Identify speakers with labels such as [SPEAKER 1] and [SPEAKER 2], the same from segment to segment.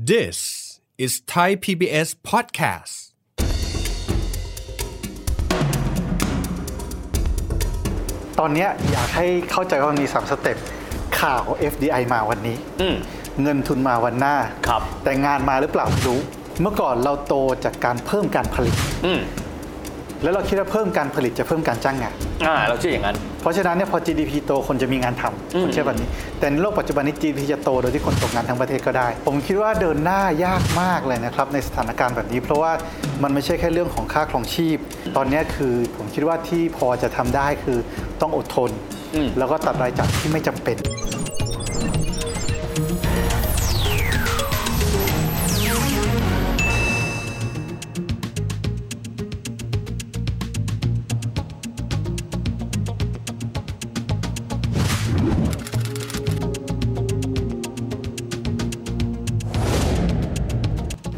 [SPEAKER 1] This is Thai PBS podcast.
[SPEAKER 2] ตอนเนี้ยอยากให้เข้าใจว่ามันมี3สเต็ปข่าว FDI มาวันนี้ เงินทุนมาวันหน้า
[SPEAKER 3] ครับ
[SPEAKER 2] แต่งานมาหรือเปล่าไม่รู้ เมื่อก่อนเราโตจากการเพิ่มการผลิต
[SPEAKER 3] อืม
[SPEAKER 2] แล้วเราคิดว่าเพิ่มการผลิตจะเพิ่มการจ้างงาน
[SPEAKER 3] อ่า เราเชื่ออย่างนั้น
[SPEAKER 2] เพราะฉะนั้นเนี่ยพอ GDP โตคนจะมีงานทำคนเชื่อแบบนี้ แต่ในโลกปัจจุบันนี้ GDP จะโตโดยที่คนตกงานทั้งประเทศก็ได้ ผมคิดว่าเดินหน้ายากมากเลยนะครับในสถานการณ์แบบนี้ เพราะว่ามันไม่ใช่แค่เรื่องของค่าครองชีพ ตอนเนี้ยคือผมคิดว่าที่พอจะทำได้คือต้องอดทน
[SPEAKER 3] อืม
[SPEAKER 2] แล้วก็ตัดรายจ่ายที่ไม่จำเป็น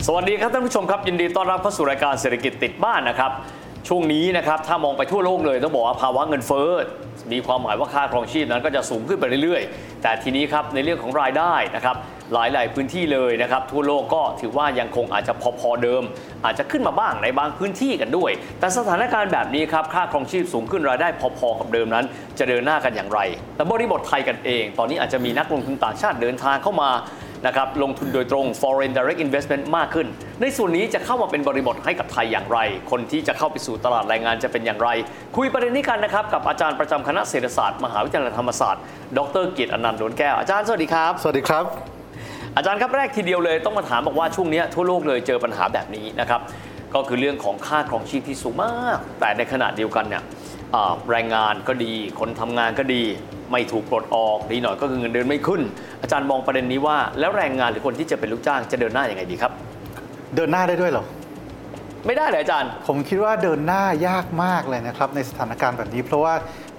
[SPEAKER 3] สวัสดีครับท่านผู้ชมครับยินดีต้อนรับเข้าสู่รายการเศรษฐกิจติดบ้านนะครับ ช่วงนี้นะครับถ้ามองไปทั่วโลกเลยต้องบอกว่าภาวะเงินเฟ้อมีความหมายว่าค่าครองชีพนั้นก็จะสูงขึ้นไปเรื่อยๆ แต่ทีนี้ครับในเรื่องของรายได้นะครับหลายๆพื้นที่เลยนะครับทั่วโลกก็ถือว่ายังคงอาจจะพอๆเดิม อาจจะขึ้นมาบ้างในบางพื้นที่กันด้วย แต่สถานการณ์แบบนี้ครับค่าครองชีพสูงขึ้นรายได้พอๆกับเดิมนั้น จะเดินหน้ากันอย่างไรและบริบทไทยกันเอง ตอนนี้อาจจะมีนักลงทุนต่างชาติเดินทางเข้ามา นะครับลงทุนโดยตรง foreign direct investment มากขึ้น ในส่วนนี้จะเข้ามาเป็นบริบทให้กับไทยอย่างไร คนที่จะเข้าไปสู่ตลาดแรงงานจะเป็นอย่างไร คุยประเด็นนี้กันนะครับ กับอาจารย์ประจำคณะเศรษฐศาสตร์ มหาวิทยาลัยธรรมศาสตร์ ดรเกียรติอนันต์โดนแก้ว อาจารย์สวัสดีครับ
[SPEAKER 2] สวัสดีครับ
[SPEAKER 3] อาจารย์ครับแรกทีเดียวเลยต้องมาถามบอกว่าช่วงเนี้ยทั่วโลกเลยเจอปัญหาแบบนี้นะครับก็คือเรื่องของค่าครองชีพที่สูงมาก แต่ในขณะเดียวกันเนี่ยอ่าแรงงานก็ดีคนทำงานก็ดี ไม่ถูกปลดออกดีหน่อยก็คือเงินเดือนไม่ขึ้น อาจารย์มองประเด็นนี้ว่า แล้วแรงงานหรือคนที่จะเป็นลูกจ้างจะเดินหน้าอย่างไงดีครับ
[SPEAKER 2] เดินหน้าได้ด้วยเหรอ
[SPEAKER 3] ไม่ได้เลยอาจารย์
[SPEAKER 2] ผมคิดว่าเดินหน้ายากมากเลยนะครับในสถานการณ์แบบนี้ เพราะว่า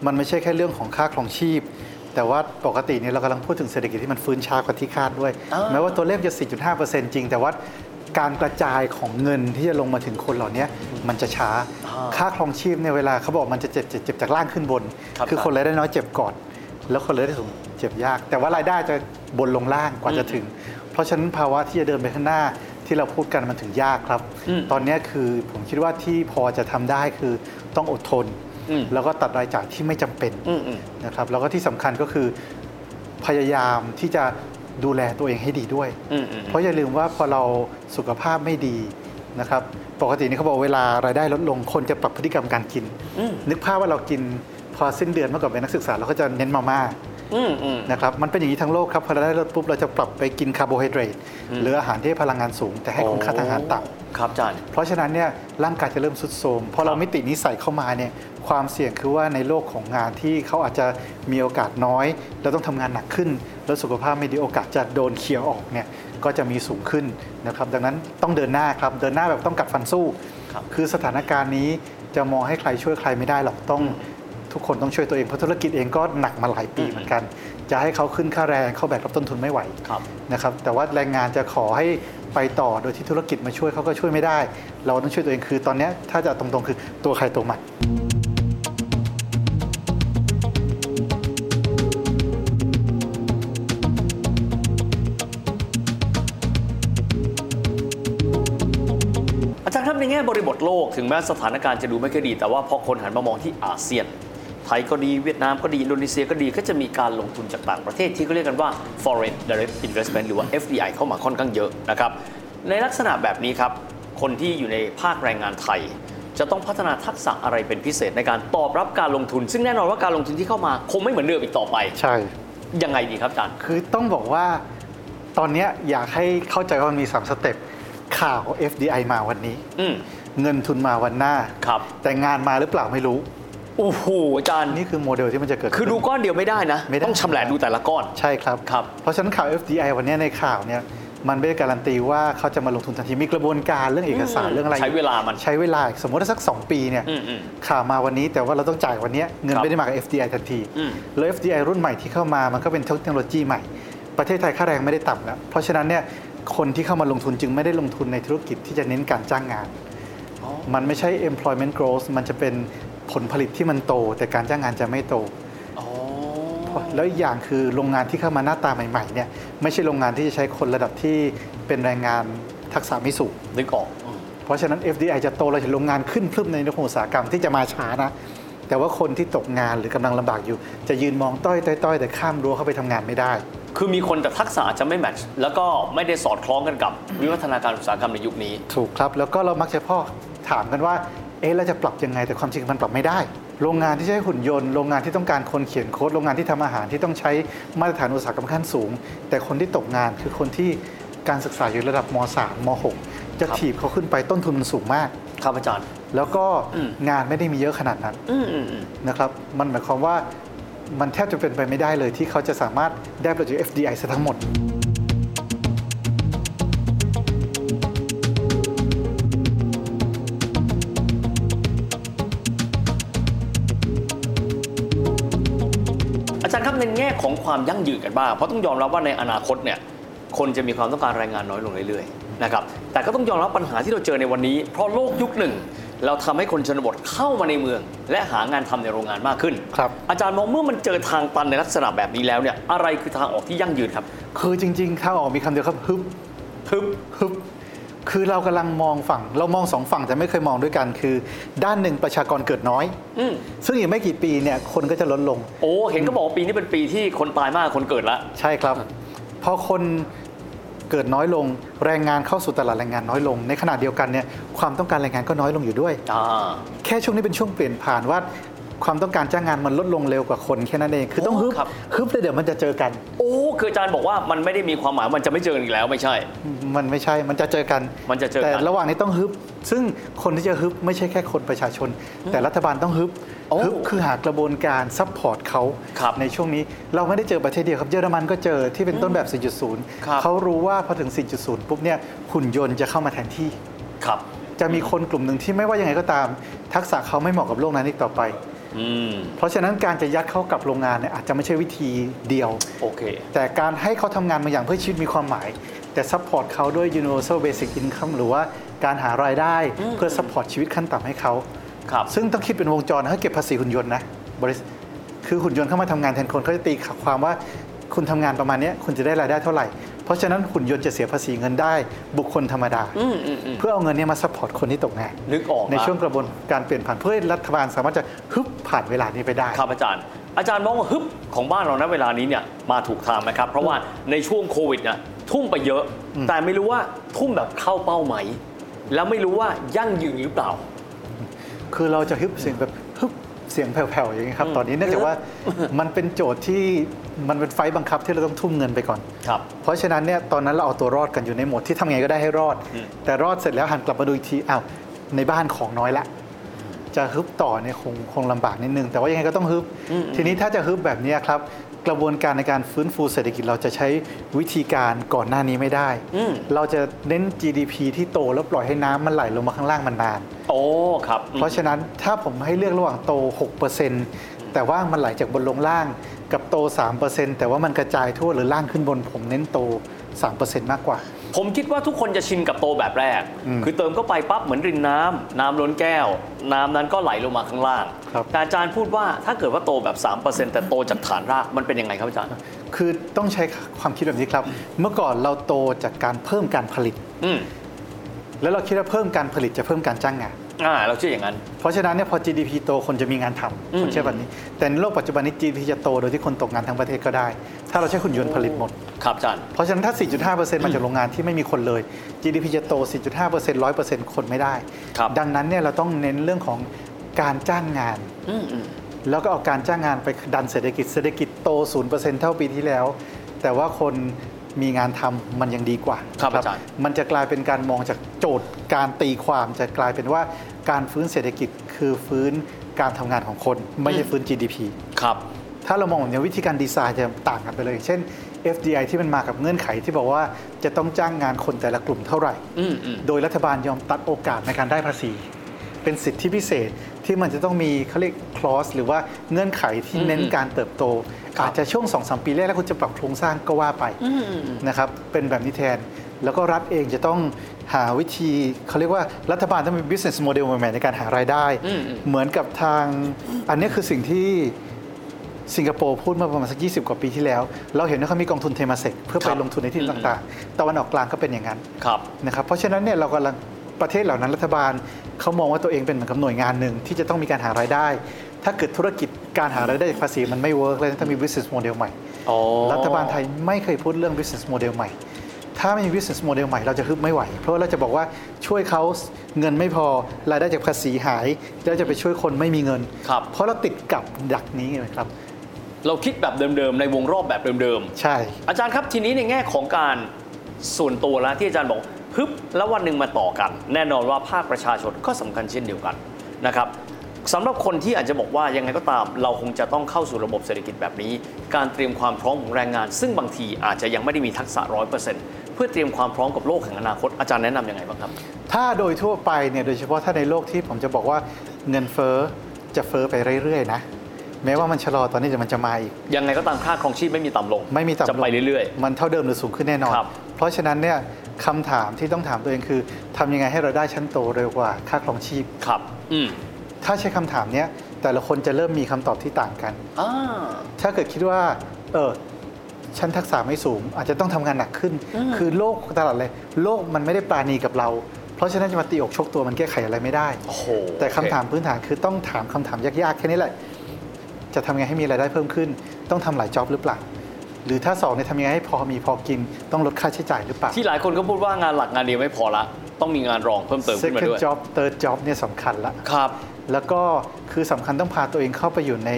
[SPEAKER 2] มันไม่ใช่แค่เรื่องของค่าครองชีพ แต่ว่าปกติเนี่ยเรากำลังพูดถึงเศรษฐกิจที่มันฟื้นช้ากว่าที่คาดด้วย
[SPEAKER 3] อ่า
[SPEAKER 2] แม้ว่าตัวเลขจะ 4.5%จริง แต่ว่าการกระจายของเงินที่จะลงมาถึงคนเหล่านี้มันจะช้า ค่าครองชีพในยเวลาเขาบอกมันจะเจ็บเจ็บเจ็บจากล่างขึ้นบน
[SPEAKER 3] ครับ
[SPEAKER 2] อคนรายได้น้อยเจ็บก่อน แล้วคนรายได้สูงเจ็บยาก แต่ว่ารายได้จะบนลงล่างกว่าจะถึง เพราะฉะนั้นภาวะที่จะเดินไปข้างหน้าที่เราพูดกันมันถึงยากครับ
[SPEAKER 3] อืม
[SPEAKER 2] ตอนเนี้ยคือผมคิดว่าที่พอจะทำได้คือต้องอดทน
[SPEAKER 3] อืม
[SPEAKER 2] แล้วก็ตัดรายจ่ายที่ไม่จำเป็น
[SPEAKER 3] อืมอืม
[SPEAKER 2] นะครับแล้วก็ที่สำคัญก็คือพยายามที่จะดูแลตัวเองให้ดีด้วย
[SPEAKER 3] อืมอืม
[SPEAKER 2] เพราะอย่าลืมว่าพอเราสุขภาพไม่ดีนะครับปกตินี่เขาบอกเวลารายได้ลดลงคนจะปรับพฤติกรรมการกิน
[SPEAKER 3] อืม
[SPEAKER 2] นึกภาพว่าเรากินพอสิ้นเดือนเมื่อก่อนเป็นนักศึกษาเราก็จะเน้นมาม่า
[SPEAKER 3] อืมอืม
[SPEAKER 2] นะครับมันเป็นอย่างนี้ทั้งโลกครับพอเราได้ลดปุ๊บเราจะปรับไปกินคาร์โบไฮเดรตหรืออาหารที่ให้พลังงานสูง แต่ให้คุณค่าทางอาหารต่ำ
[SPEAKER 3] ครับอาจารย์
[SPEAKER 2] เพราะฉะนั้นเนี่ยร่างกายจะเริ่มสุดโทรมพอเรามิตินี้ใส่เข้ามาเนี่ยความเสี่ยงคือว่าในโลกของงานที่เขาอาจจะมีโอกาสน้อยแล้วต้องทำงานหนักขึ้น แล้วสุขภาพไม่ดีโอกาสจะโดนเคลียร์ออกเนี่ยก็จะมีสูงขึ้นนะครับดังนั้นต้องเดินหน้าครับเดินหน้าแบบต้องกัดฟันสู้
[SPEAKER 3] ครับ
[SPEAKER 2] คือสถานการณ์นี้จะมองให้ใครช่วยใครไม่ได้หรอกต้องทุกคนต้องช่วยตัวเองเพราะธุรกิจเองก็หนักมาหลายปีเหมือนกัน จะให้เขาขึ้นค่าแรงเขาแบกรับต้นทุนไม่ไหว
[SPEAKER 3] ครับ
[SPEAKER 2] นะครับแต่ว่าแรงงานจะขอให้ไปต่อโดยที่ธุรกิจมาช่วยเขาก็ช่วยไม่ได้ เราต้องช่วยตัวเองคือตอนเนี้ยถ้าจะตรงๆ คือตัวใครตัวมัน
[SPEAKER 3] อาจารย์ครับในแง่บริบทโลกถึงแม้สถานการณ์จะดูไม่ค่อยดี แต่ว่าพอคนหันมามองที่อาเซียน ไทยก็ดีเวียดนามก็ดี อินโดนีเซียก็ดีก็จะมีการลงทุนจากต่างประเทศที่เขาเรียกกันว่า foreign direct investment หรือว่า FDI เข้ามาค่อนข้างเยอะนะครับในลักษณะแบบนี้ครับ คนที่อยู่ในภาคแรงงานไทย จะต้องพัฒนาทักษะอะไรเป็นพิเศษในการตอบรับการลงทุน ซึ่งแน่นอนว่าการลงทุนที่เข้ามาคงไม่เหมือนเดิมอีกต่อไป
[SPEAKER 2] ใช่
[SPEAKER 3] ยังไงดีครับอาจารย์
[SPEAKER 2] คือต้องบอกว่าตอนเนี้ยอยากให้เข้าใจว่ามันมี 3 สเต็ปข่าว FDI มาวันนี้
[SPEAKER 3] อืม
[SPEAKER 2] เงินทุนมาวันหน้า
[SPEAKER 3] ครับ
[SPEAKER 2] แต่งานมาหรือเปล่าไม่รู้
[SPEAKER 3] โอ้โหอาจารย์
[SPEAKER 2] นี่คือโมเดลที่มันจะเกิด
[SPEAKER 3] คือดูก้อนเดียวไม่ได้นะ
[SPEAKER 2] ไม่ได้
[SPEAKER 3] ต้องชำแหละดูแต่ละก้อน
[SPEAKER 2] ใช่ครับ
[SPEAKER 3] ครับ
[SPEAKER 2] เพราะฉะนั้นข่าว FDI วันเนี้ยในข่าวเนี่ยมันไม่ได้การันตีว่าเขาจะมาลงทุนทันทีมีกระบวนการเรื่องเอกสารเรื่องอะไร
[SPEAKER 3] ใช้เวลามัน
[SPEAKER 2] ใช้เวลาอีกสมมติว่าสัก 2 ปีเนี่ย
[SPEAKER 3] อืมอืม
[SPEAKER 2] ข่าวมาวันนี้แต่ว่าเราต้องจ่ายวันเนี้ยเงิน
[SPEAKER 3] ครับ
[SPEAKER 2] ไม่ได้มากับ FDI ทันที
[SPEAKER 3] อืม
[SPEAKER 2] แล้ว FDI รุ่นใหม่ที่เข้ามามันก็เป็นเทคโนโลยีใหม่ ประเทศไทยค่าแรงไม่ได้ต่ำแล้ว เพราะฉะนั้นเนี่ยคนที่เข้ามาลงทุนจึงไม่ได้ลงทุนในธุรกิจที่จะเน้นการจ้างงาน
[SPEAKER 3] อ๋อ
[SPEAKER 2] มันไม่ใช่ employment growth มันจะเป็นผลผลิตที่มันโต แต่การจ้างงานจะไม่โต
[SPEAKER 3] อ๋อ
[SPEAKER 2] แล้วอีกอย่างคือโรงงานที่เข้ามาหน้าตาใหม่ๆเนี่ยไม่ใช่โรงงานที่จะใช้คนระดับที่ เป็นแรงงานทักษะไม่สูง
[SPEAKER 3] นึกออกอืม
[SPEAKER 2] เพราะฉะนั้น FDI จะโตเราเห็นโรงงานขึ้นพรึบในนิคมอุตสาหกรรมที่จะมาช้านะ แต่ว่าคนที่ตกงานหรือกำลังลำบากอยู่ จะยืนมองต้อยต้อยต้อยแต่ข้ามรั้วเข้าไปทำงานไม่ได้
[SPEAKER 3] คือมีคนแต่ทักษะอาจจะไม่แมทช์แล้วก็ไม่ได้สอดคล้องกันกับวิวัฒนาการอุตสาหกรรมในยุคนี้
[SPEAKER 2] ถูกครับแล้วก็เรามักจะพ่อถามกันว่า เอ๊ะเราจะปรับยังไงแต่ความจริงมันปรับไม่ได้ โรงงานที่ใช้หุ่นยนต์โรงงานที่ต้องการคนเขียนโค้ดโรงงานที่ทำอาหารที่ต้องใช้มาตรฐานอุตสาหกรรมขั้นสูง แต่คนที่ตกงานคือคนที่การศึกษาอยู่ระดับม .3 ม .6 จะ
[SPEAKER 3] ครับ
[SPEAKER 2] ถีบเขาขึ้นไปต้นทุนมันสูงมาก
[SPEAKER 3] ครับอาจารย์
[SPEAKER 2] แล้วก็
[SPEAKER 3] อืม
[SPEAKER 2] งานไม่ได้มีเยอะขนาดนั้น
[SPEAKER 3] อืมอืมอืม
[SPEAKER 2] นะครับมันหมายความว่ามันแทบจะเป็นไปไม่ได้เลยที่เขาจะสามารถได้ประโยชน์จาก FDI ซะทั้งหมด
[SPEAKER 3] อาจารย์ครับในแง่ของความยั่งยืนกันบ้างเพราะต้องยอมรับว่าในอนาคตเนี่ยคนจะมีความต้องการแรงงานน้อยลงเรื่อยๆนะครับแต่ก็ต้องยอมรับปัญหาที่เราเจอในวันนี้ เพราะโลกยุคหนึ่ง เราทำให้คนชนบทเข้ามาในเมือง และหางานทำในโรงงานมากขึ้น
[SPEAKER 2] ครับ
[SPEAKER 3] อาจารย์มองเมื่อมันเจอทางตันในลักษณะแบบนี้แล้วเนี่ยอะไรคือทางออกที่ยั่งยืนครับ
[SPEAKER 2] คือจริงๆ ถ้างออกมีคำเดียวครับฮึบฮึบฮึบคือเรากำลังมองฝั่ง เรามองสองฝั่งแต่ไม่เคยมองด้วยกัน คือ ด้านหนึ่งประชากรเกิดน้อย
[SPEAKER 3] อืม
[SPEAKER 2] ซึ่งอีกไม่กี่ปีเนี่ยคนก็จะลดลง
[SPEAKER 3] โอ้เห็นก็บอกว่าปีนี้เป็นปีที่คนตายมากกว่าคนเกิดละ
[SPEAKER 2] ใช่ครับ พอคนเกิดน้อยลงแรงงานเข้าสู่ตลาดแรงงานน้อยลง ในขณะเดียวกันเนี่ยความต้องการแรงงานก็น้อยลงอยู่ด้วย
[SPEAKER 3] อ่า
[SPEAKER 2] แค่ช่วงนี้เป็นช่วงเปลี่ยนผ่านว่า ความต้องการจ้างงานมันลดลงเร็วกว่าคนแค่นั้นเองคือต้องฮึบ
[SPEAKER 3] โอ้ครับ
[SPEAKER 2] ฮึบเลยเดี๋ยวมันจะเจอกัน
[SPEAKER 3] โอ้คืออาจารย์บอกว่ามันไม่ได้มีความหมายมันจะไม่เจอกันอีกแล้วไม่ใช่
[SPEAKER 2] มันไม่ใช่มันจะเจอกัน
[SPEAKER 3] มันจะเจอกัน
[SPEAKER 2] แต่ระหว่างนี้ต้องฮึบ ซึ่งคนที่จะฮึบไม่ใช่แค่คนประชาชน แต่รัฐบาลต้องฮึบ
[SPEAKER 3] โอ้
[SPEAKER 2] ฮึบคือหากระบวนการซัพพอร์ตเขา
[SPEAKER 3] ครับ
[SPEAKER 2] ในช่วงนี้เราไม่ได้เจอประเทศเดียวครับเยอรมันก็เจอที่เป็นต้นแบบ
[SPEAKER 3] ครับ
[SPEAKER 2] 4.0 เขารู้ว่าพอถึง 4.0 ปุ๊บเนี่ยหุ่นยนต์จะเข้ามาแทนที่
[SPEAKER 3] ครับ
[SPEAKER 2] จะมีคนกลุ่มหนึ่งที่ไม่ว่ายังไงก็ตาม ทักษะเขาไม่เหมาะกับโลกนั้นอีกต่อไป
[SPEAKER 3] อืม
[SPEAKER 2] เพราะฉะนั้นการจะยัดเข้ากับโรงงานเนี่ยอาจจะไม่ใช่วิธีเดียว
[SPEAKER 3] โอเค
[SPEAKER 2] แต่การให้เขาทำงานบางอย่างเพื่อชีวิตมีความหมาย แต่ซัพพอร์ตเขาด้วย universal basic income หรือว่าการหารายได้
[SPEAKER 3] อืม
[SPEAKER 2] เพื่อซัพพอร์ตชีวิตขั้นต่ำให้เขา
[SPEAKER 3] ครับ
[SPEAKER 2] ซึ่งต้องคิดเป็นวงจรนะเขาเก็บภาษีหุ่นยนต์นะบริษัทคือหุ่นยนต์เข้ามาทำงานแทนคนเขาจะตีความว่าคุณทำงานประมาณเนี้ยคุณจะได้รายได้เท่าไหร่ เพราะฉะนั้นหุ่นยนต์จะเสียภาษีเงินได้บุคคลธรรมดา
[SPEAKER 3] อืมอืมอืม
[SPEAKER 2] เพื่อเอาเงินเนี้มาซัพพอร์ตคนที่ตกงาน
[SPEAKER 3] นึกออกละ
[SPEAKER 2] ในช่วงกระบวนการเปลี่ยนผ่านเพื่อให้รัฐบาลสามารถจะฮึบผ่านเวลานี้ไปได้
[SPEAKER 3] ครับอาจารย์ อาจารย์มองว่าฮึบของบ้านเรานะเวลานี้เนี่ยมาถูกทางไหมครับ เพราะว่าในช่วงโควิดเนี่ยทุ่มไปเยอะ แต่ไม่รู้ว่าทุ่มแบบเข้าเป้าไหม แล้วไม่รู้ว่ายั่งยืนหรือเปล่า
[SPEAKER 2] คือเราจะฮึบเสียงแบบฮึบเสียงแผ่วๆอย่างนี้ครับตอนนี้เนื่องจาก ว่ามันเป็นโจทย์ที่มันเป็นไฟต์บังคับที่เราต้องทุ่มเงินไปก่อน
[SPEAKER 3] ครับ
[SPEAKER 2] เพราะฉะนั้นเนี่ยตอนนั้นเราเอาตัวรอดกันอยู่ในโหมดที่ทำไงก็ได้ให้รอด แต่รอดเสร็จแล้วหันกลับมาดูอีกทีอ้าวในบ้านของน้อยละ จะฮึบต่อเนี่ยคงคงลำบากนิดนึง แต่ว่ายังไงก็ต้องฮึบ ทีนี้ถ้าจะฮึบแบบเนี้ยครับ กระบวนการในการฟื้นฟูเศรษฐกิจเราจะใช้วิธีการก่อนหน้านี้ไม่ได้
[SPEAKER 3] อืม
[SPEAKER 2] เราจะเน้น GDP ที่โตแล้วปล่อยให้น้ำมันไหลลงมาข้างล่างมันนาน
[SPEAKER 3] โอ้ครับอืม
[SPEAKER 2] เพราะฉะนั้นถ้าผมให้เลือกระหว่างโต 6%แต่ว่ามันไหลจากบนลงล่างกับโต 3%แต่ว่ามันกระจายทั่วหรือล่างขึ้นบนผมเน้นโต 3%มากกว่า
[SPEAKER 3] ผมคิดว่าทุกคนจะชินกับโตแบบแรก
[SPEAKER 2] อืม
[SPEAKER 3] คือเติมเข้าไปปั๊บเหมือนรินน้ำน้ำล้นแก้ว น้ำนั้นก็ไหลลงมาข้างล่าง
[SPEAKER 2] ครับ
[SPEAKER 3] แต่อาจารย์พูดว่าถ้าเกิดว่าโตแบบ 3%แต่โตจากฐานรากมันเป็นยังไงครับอาจารย์
[SPEAKER 2] คือต้องใช้ความคิดแบบนี้ครับ เมื่อก่อนเราโตจากการเพิ่มการผลิต
[SPEAKER 3] อืม
[SPEAKER 2] แล้วเราคิดว่าเพิ่มการผลิตจะเพิ่มการจ้างงาน
[SPEAKER 3] อ่าเราเชื่ออย่างนั้น
[SPEAKER 2] เพราะฉะนั้นเนี่ยพอ GDP โตคนจะมีงานท
[SPEAKER 3] อื
[SPEAKER 2] ำค
[SPEAKER 3] ม
[SPEAKER 2] นเชื่อแบบนี้ แต่ในโลกปัจจุบันนี้ GDP จะโตโดยที่คนตกงานทั้งประเทศก็ได้ ถ้าเราใช้หุ่นยนต์ผลิตหมด
[SPEAKER 3] ครับอาจารย์
[SPEAKER 2] เพราะฉะนั้นถ้า 4.5%มาจากโรงงานที่ไม่มีคนเลย GDP จะโต 4.5% 100%คนไม่ได้
[SPEAKER 3] ครับ
[SPEAKER 2] ดังนั้นเนี่ยเราต้องเน้นเรื่องของการจ้างงาน
[SPEAKER 3] อืมอืม
[SPEAKER 2] แล้วก็เอาการจ้างงานไปดันเศรษฐกิจ เศรษฐกิจโต 0%เท่าปีที่แล้ว แต่ว่าคนมีงานทำมันยังดีกว่า
[SPEAKER 3] ครับอาจารย์
[SPEAKER 2] มันจะกลายเป็นการมองจากโจทย์การตีความจะกลายเป็นว่าการฟื้นเศรษฐกิจคือฟื้นการทำงานของคน ไม่ใช่ฟื้น GDP
[SPEAKER 3] ครับ
[SPEAKER 2] ถ้าเรามองแบบนี้วิธีการดีไซน์จะต่างกันไปเลยอย่างเช่น FDI ที่มันมากับเงื่อนไขที่บอกว่าจะต้องจ้างงานคนแต่ละกลุ่มเท่าไหร่
[SPEAKER 3] อืมอืม
[SPEAKER 2] โดยรัฐบาลยอมตัดโอกาสในการได้ภาษี เป็นสิทธิพิเศษที่มันจะต้องมีเขาเรียกคลอสหรือว่าเงื่อนไขที่เน้นการเติบโต
[SPEAKER 3] ครับ
[SPEAKER 2] อาจจะช่วง2อสปีแรกแล้วคุณจะปรับโครงสร้างก็ว่าไป
[SPEAKER 3] อืมอืมอืม
[SPEAKER 2] นะครับเป็นแบบนี้แทน แล้วก็รัฐเองจะต้องหาวิธีเขาเรียกว่ารัฐบาลต้องมี business model ใหม่ๆในการหารายได้
[SPEAKER 3] อืมอืม
[SPEAKER 2] เหมือนกับทางอันนี้คือสิ่งที่ สิงคโปร์พูดเมื่อประมาณสัก 20 กว่าปีที่แล้ว เราเห็นว่าเขามีกองทุนเทมาเซกเพื่อไป
[SPEAKER 3] ครับ
[SPEAKER 2] ลงทุนในที่ต่างๆตะวันออกกลางก็เป็นอย่างนั้น
[SPEAKER 3] ครับ
[SPEAKER 2] นะครับเพราะฉะนั้นเนี่ยเรากำลังประเทศเหล่านั้นรัฐบาลเขามองว่าตัวเองเป็นเหมือนกับหน่วยงานหนึ่งที่จะต้องมีการหารายได้ ถ้าเกิดธุรกิจการหารายได้จากภาษีมันไม่เวิร์กเลยถ้ามี business model ใหม่
[SPEAKER 3] อ๋อ
[SPEAKER 2] รัฐบาลไทยไม่เคยพูดเรื่อง business model ใหม่ ถ้าไม่มี business model ใหม่เราจะฮึบไม่ไหว เพราะว่าเราจะบอกว่าช่วยเขาเงินไม่พอรายได้จากภาษีหาย แล้วจะไปช่วยคนไม่มีเงิน
[SPEAKER 3] ครับ
[SPEAKER 2] เพราะเราติดกับดักนี้ไงครับ
[SPEAKER 3] เราคิดแบบเดิมๆในวงรอบแบบเดิมๆ
[SPEAKER 2] ใช่
[SPEAKER 3] อาจารย์ครับทีนี้ในแง่ของการส่วนตัวแล้วที่อาจารย์บอกฮึบแล้ววันหนึ่งมาต่อกัน แน่นอนว่าภาคประชาชนก็สำคัญเช่นเดียวกันนะครับสำหรับคนที่อาจจะบอกว่ายังไงก็ตาม เราคงจะต้องเข้าสู่ระบบเศรษฐกิจแบบนี้ การเตรียมความพร้อมของแรงงาน ซึ่งบางทีอาจจะยังไม่ได้มีทักษะร้อยเปอร์เซ็นต์เพื่อเตรียมความพร้อมกับโลกแห่งอนาคตอาจารย์แนะนำยังไงบ้างครับ
[SPEAKER 2] ถ้าโดยทั่วไปเนี่ยโดยเฉพาะถ้าในโลกที่ผมจะบอกว่าเงินเฟ้อจะเฟ้อไปเรื่อยๆนะแม้ว่ามันชะลอตอนนี้แต่มันจะมาอีก
[SPEAKER 3] ยังไงก็ตามค่าครองชีพไม่มีต่ำลง
[SPEAKER 2] ไม่มีต่ำลง
[SPEAKER 3] จะไปเรื่อย
[SPEAKER 2] มันเท่าเดิมหรือสูงขึ้นแน่นอน
[SPEAKER 3] ครับ
[SPEAKER 2] เพราะฉะนั้นเนี่ยคำถามที่ต้องถามตัวเองคือทำยังไงให้เราได้ชั้นโตเร็วกว่าค่าครองชีพ
[SPEAKER 3] ๆ ครับ อืม
[SPEAKER 2] ถ้าใช้คำถามเนี้ยแต่ละคนจะเริ่มมีคำตอบที่ต่างกัน
[SPEAKER 3] อ่า
[SPEAKER 2] ถ้าเกิดคิดว่าเออชั้นทักษะไม่สูง อาจจะต้องทำงานหนักขึ้น คือโลกตลาดเลยโลกมันไม่ได้ปราณีกับเรา เพราะฉะนั้นจะมาตีอกชกตัวมันแก้ไขอะไรไม่ได้
[SPEAKER 3] โอ้โห
[SPEAKER 2] แต่คำถามพื้นฐานคือต้องถามคำถามยากๆแค่นี้แหละ จะทำยังไงให้มีรายได้เพิ่มขึ้น ต้องทำหลายจ็อบหรือเปล่า หรือถ้าสองเนี่ยทำยังไงให้พอมีพอกิน ต้องลดค่าใช้จ่ายหรือเปล่า
[SPEAKER 3] ที่หลายคนก็พูดว่างานหลักงานเดียวไม่พอละต้องมีงานรองเพิ่มเติมขึ้นมา
[SPEAKER 2] second
[SPEAKER 3] ด้วย
[SPEAKER 2] job third job เนี่ยสำคัญละ
[SPEAKER 3] ครับ
[SPEAKER 2] แล้วก็คือสำคัญต้องพาตัวเองเข้าไปอยู่ใน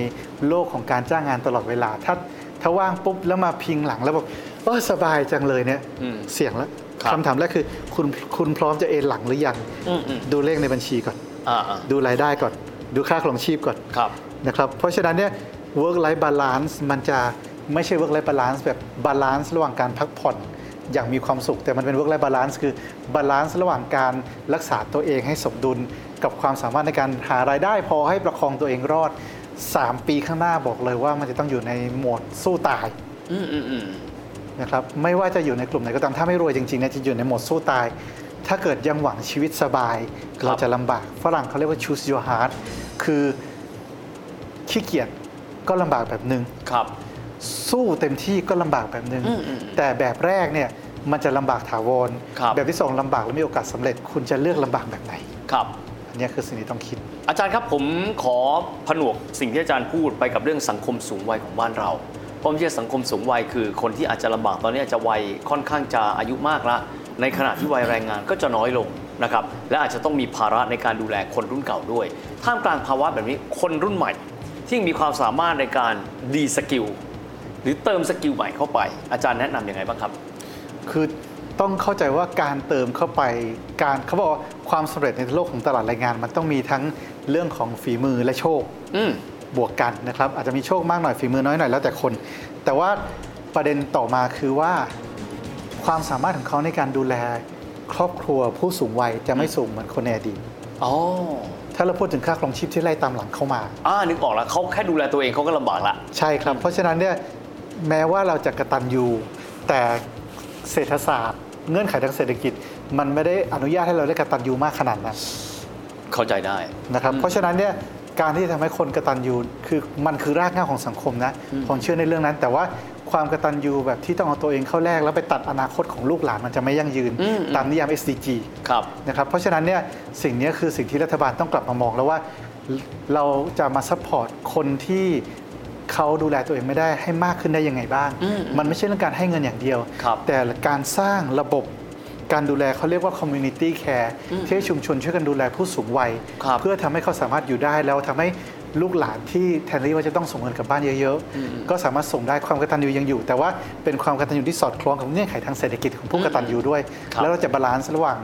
[SPEAKER 2] โลกของการจ้างงานตลอดเวลา ถ้าถ้าว่างปุ๊บแล้วมาพิงหลังแล้วบอกเออสบายจังเลยเนี่ย
[SPEAKER 3] อืม
[SPEAKER 2] เสี่ยงแล้ว
[SPEAKER 3] ครับ
[SPEAKER 2] คำถามแรกคือคุณคุณพร้อมจะเอนหลังหรือยัง
[SPEAKER 3] อืมอืม
[SPEAKER 2] ดูเลขในบัญชีก่อน
[SPEAKER 3] อ่า
[SPEAKER 2] ดูรายได้ก่อน ดูค่าครองชีพก่อน
[SPEAKER 3] ๆครับ
[SPEAKER 2] นะครับ เพราะฉะนั้นเนี่ย work life balance มันจะไม่ใช่ work life balance แบบ balance ระหว่างการพักผ่อนอย่างมีความสุข แต่มันเป็น work life balance คือ balance ระหว่างการรักษาตัวเองให้สมดุล กับความสามารถในการหารายได้พอให้ประคองตัวเองรอด 3 ปีข้างหน้าบอกเลยว่ามันจะต้องอยู่ในโหมดสู้ตาย
[SPEAKER 3] อืมอืมอืม
[SPEAKER 2] นะครับไม่ว่าจะอยู่ในกลุ่มไหนก็ตามถ้าไม่รวยจริงๆเนี่ยจะอยู่ในโหมดสู้ตาย ถ้าเกิดยังหวังชีวิตสบาย เราจะลำบากฝรั่งเขาเรียกว่า choose your heart คือขี้เกียจก็ลำบากแบบหนึ่ง
[SPEAKER 3] ครับ
[SPEAKER 2] สู้เต็มที่ก็ลำบากแบบหนึ
[SPEAKER 3] อืมอื
[SPEAKER 2] ง่
[SPEAKER 3] ม
[SPEAKER 2] งแต่แบบแรกเนี่ยมันจะลำบากถาวร
[SPEAKER 3] ครับ
[SPEAKER 2] แบบที่สองลำบากแล้วมีโอกาสสำเร็จ คุณจะเลือกลำบากแบบไหน
[SPEAKER 3] ครับ
[SPEAKER 2] อันเนี้ยคือสิ่งที่ต้องคิด
[SPEAKER 3] อาจารย์ครับผมขอผนวกสิ่งที่อาจารย์พูดไปกับเรื่องสังคมสูงวัยของบ้านเราผมเชื่อสังคมสูงวัยคือคนที่อาจจะลำบากตอนนี้อาจจะวัยค่อนข้างจะอายุมากละ ในขณะที่วัยแรงงานก็จะน้อยลงนะครับและอาจจะต้องมีภาระในการดูแลคนรุ่นเก่าด้วย ท่ามกลางภาวะแบบนี้คนรุ่นใหม่ ที่ยังมีความสามารถในการดีสกิลหรือเติมสกิลใหม่เข้าไป อาจารย์แนะนำยังไงบ้างครับ
[SPEAKER 2] คือต้องเข้าใจว่าการเติมเข้าไปการเขาบอกว่าความสำเร็จในโลกของตลาดแรงงาน มันต้องมีทั้งเรื่องของฝีมือและโชค
[SPEAKER 3] อืม
[SPEAKER 2] บวกกันนะครับอาจจะมีโชคมากหน่อยฝีมือน้อยหน่อยแล้วแต่คน แต่ว่าประเด็นต่อมาคือว่า ความสามารถของเขาในการดูแลครอบครัวผู้สูงวัยจะไม่สูงเหมือนคนในอดีต
[SPEAKER 3] อ๋อ
[SPEAKER 2] ถ้าเราพูดถึงค่าครองชีพที่ไล่ตามหลังเข้ามา
[SPEAKER 3] อ่านึกออกแล้วเขาแค่ดูแลตัวเองเขาก็ลำบากละ
[SPEAKER 2] ใช่ครับ เพราะฉะนั้นเนี่ยแม้ว่าเราจะกระตันยูแต่เศรษฐศาสตร์ เงื่อนไขทางเศรษฐกิจ มันไม่ได้อนุญาตให้เราได้กระตันยูมากขนาดนั้น
[SPEAKER 3] เข้าใจได้
[SPEAKER 2] นะครับเพราะฉะนั้นเนี่ยการที่จะทำให้คนกระตันยูคือมันคือรากเหง้าของสังคมนะผมเชื่อในเรื่องนั้น แต่ว่าความกระตันยูแบบที่ต้องเอาตัวเองเข้าแลกแล้วไปตัดอนาคตของลูกหลานมันจะไม่ยั่งยืน
[SPEAKER 3] อืมอืม
[SPEAKER 2] ตามนิยาม SDG
[SPEAKER 3] ครับ
[SPEAKER 2] นะครับเพราะฉะนั้นเนี่ยสิ่งเนี้ยคือสิ่งที่รัฐบาลต้องกลับมามองแล้วว่าเรเราจะมาซัพพอร์ตคนที่เขาดูแลตัวเองไม่ได้ให้มากขึ้นได้ยังไงบ้าง
[SPEAKER 3] อืม
[SPEAKER 2] มันไม่ใช่เรื่องการให้เงินอย่างเดียว
[SPEAKER 3] ครับ
[SPEAKER 2] แต่การสร้างระบบการดูแลเขาเรียกว่า community care ที่ให้ชุมชนช่วยกันดูแลผู้สูงวัย
[SPEAKER 3] ครับ
[SPEAKER 2] เพื่อทำให้เขาสามารถอยู่ได้แล้วทำให้ลูกหลานที่แทนที่ว่าจะต้องส่งเงินกลับบ้านเยอะๆ ก็สามารถส่งได้ความกตัญญูยังอยู่ แต่ว่าเป็นความกตัญญูที่สอดคล้องกับเงื่อนไขทางเศรษฐกิจของผู้กตัญญูด้วย
[SPEAKER 3] ครับ
[SPEAKER 2] แล้วเราจะบาลานซ์ระหว่าง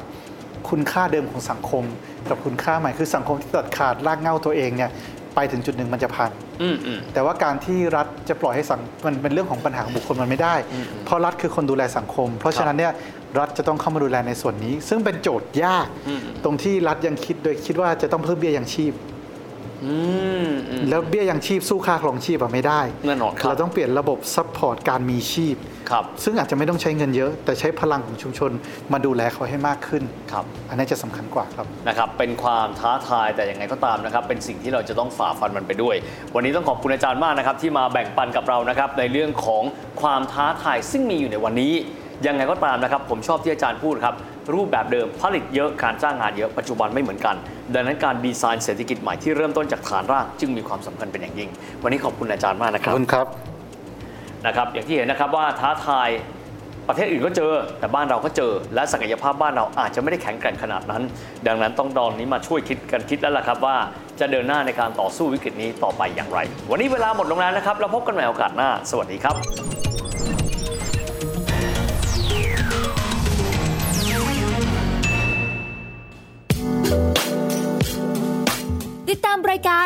[SPEAKER 2] คุณค่าเดิมของสังคม กับคุณค่าใหม่คือสังคมที่ตัดขาดรากเหง้าตัวเองเนี่ยไปถึงจุดหนึ่งมันจะพัน
[SPEAKER 3] อืมอืม
[SPEAKER 2] แต่ว่าการที่รัฐจะปล่อยให้สังมันเป็นเรื่องของปัญหาของบุคคลมันไม่ได้ เพราะรัฐคือคนดูแลสังคม เพราะฉะนั้นเนี่ยรัฐจะต้องเข้ามาดูแลในส่วนนี้ ซึ่งเป็นโจทย์ยาก
[SPEAKER 3] อืม
[SPEAKER 2] ตรงที่รัฐยังคิดโดยคิดว่าจะต้องเพิ่มเบี้ยยังชีพ
[SPEAKER 3] อืมอืม
[SPEAKER 2] แล้วเบี้ยยังชีพสู้ค่าครองชีพอะไม่ได้
[SPEAKER 3] แน่นอนครับ
[SPEAKER 2] เราต้องเปลี่ยนระบบซัพพอร์ตการมีชีพ
[SPEAKER 3] ครับ
[SPEAKER 2] ซึ่งอาจจะไม่ต้องใช้เงินเยอะ แต่ใช้พลังของชุมชนมาดูแลเขาให้มากขึ้น
[SPEAKER 3] ครับ
[SPEAKER 2] อันนี้จะสำคัญกว่าครับ
[SPEAKER 3] นะครับเป็นความท้าทายแต่ยังไงก็ตามนะครับ เป็นสิ่งที่เราจะต้องฝ่าฟันมันไปด้วย วันนี้ต้องขอบคุณอาจารย์มากนะครับ ที่มาแบ่งปันกับเรานะครับในเรื่องของความท้าทายซึ่งมีอยู่ในวันนี้ ยังไงก็ตามนะครับ ผมชอบที่อาจารย์พูดครับ รูปแบบเดิมผลิตเยอะการจ้างงานเยอะปัจจุบันไม่เหมือนกัน ดังนั้นการดีไซน์เศรษฐกิจใหม่ที่เริ่มต้นจากฐานรากจึงมีความสำคัญเป็นอย่างยิ่ง วันนี้ขอบคุณอาจารย์มากนะ
[SPEAKER 2] ข
[SPEAKER 3] ค
[SPEAKER 2] อบ
[SPEAKER 3] รับ
[SPEAKER 2] คุณครับ
[SPEAKER 3] นะครับอย่างที่เห็นนะครับว่าท้าทายประเทศอื่นก็เจอ แต่บ้านเราก็เจอ และศักยภาพบ้านเราอาจจะไม่ได้แข็งแกร่งขนาดนั้น ดังนั้นต้องดอนนี้มาช่วยคิดกันคิดแล้วล่ะครับว่าจะเดินหน้าในการต่อสู้วิกฤตนี้ต่อไปอย่างไร วันนี้เวลาหมดลงแล้วนะครับ แล้วพบกันใหม่โอกาสหน้า สวัสดีครับ
[SPEAKER 4] ติดตามรายการ